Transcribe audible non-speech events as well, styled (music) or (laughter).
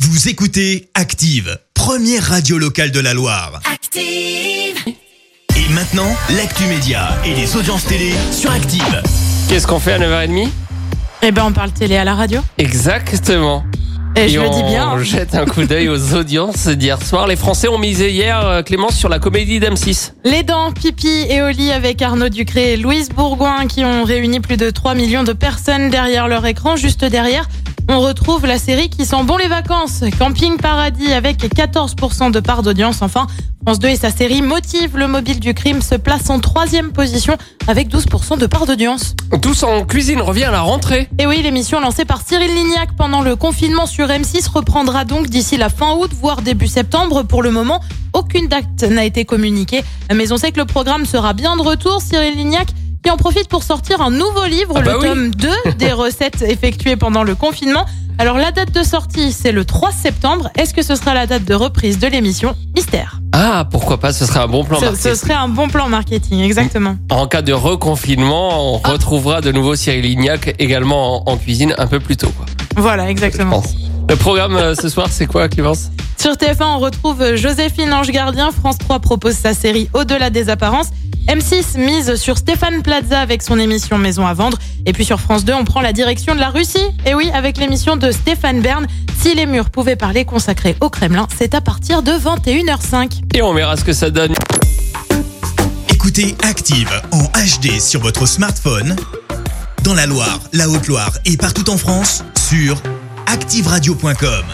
Vous écoutez Active, première radio locale de la Loire. Active. Et maintenant, l'actu média et les audiences télé sur Active. Qu'est-ce qu'on fait à 9h30 Eh ben, on parle télé à la radio. Exactement. Et, je le on dis bien. hein. jette un coup d'œil (laughs) aux audiences d'hier soir. Les Français ont misé hier, euh, Clémence, sur la comédie d'M6. Les dents, Pipi et Oli avec Arnaud Ducré et Louise Bourgoin qui ont réuni plus de 3 millions de personnes derrière leur écran. Juste derrière, on retrouve la série qui sent bon les vacances. Camping Paradis avec 14% de part d'audience. Enfin, France 2 et sa série Motive le mobile du crime se place en troisième position avec 12% de part d'audience. Tous en cuisine revient à la rentrée. Et oui, l'émission lancée par Cyril Lignac pendant le confinement sur M6 reprendra donc d'ici la fin août, voire début septembre. Pour le moment, aucune date n'a été communiquée, mais on sait que le programme sera bien de retour. Cyril Lignac qui en profite pour sortir un nouveau livre, Ah bah le oui. tome 2 (laughs) des recettes effectuées pendant le confinement. Alors la date de sortie, c'est le 3 septembre. Est-ce que ce sera la date de reprise de l'émission Mystère. Ah, pourquoi pas, ce serait un bon plan Ce, marketing. ce serait un bon plan marketing, exactement. En cas de reconfinement, on Ah. retrouvera de nouveau Cyril Lignac également en, en cuisine un peu plus tôt. quoi, Voilà, je exactement. pense. Le programme euh, ce soir, c'est quoi, Clémence Sur TF1, on retrouve Joséphine Ange Gardien. France 3 propose sa série Au-delà des apparences. M6 mise sur Stéphane Plaza avec son émission Maison à vendre. Et puis sur France 2, on prend la direction de la Russie. Et oui, avec l'émission de Stéphane Bern. Si les murs pouvaient parler consacrée au Kremlin, c'est à partir de 21h05. Et on verra ce que ça donne. Écoutez Active en HD sur votre smartphone, dans la Loire, la Haute-Loire et partout en France, sur activeradio.com.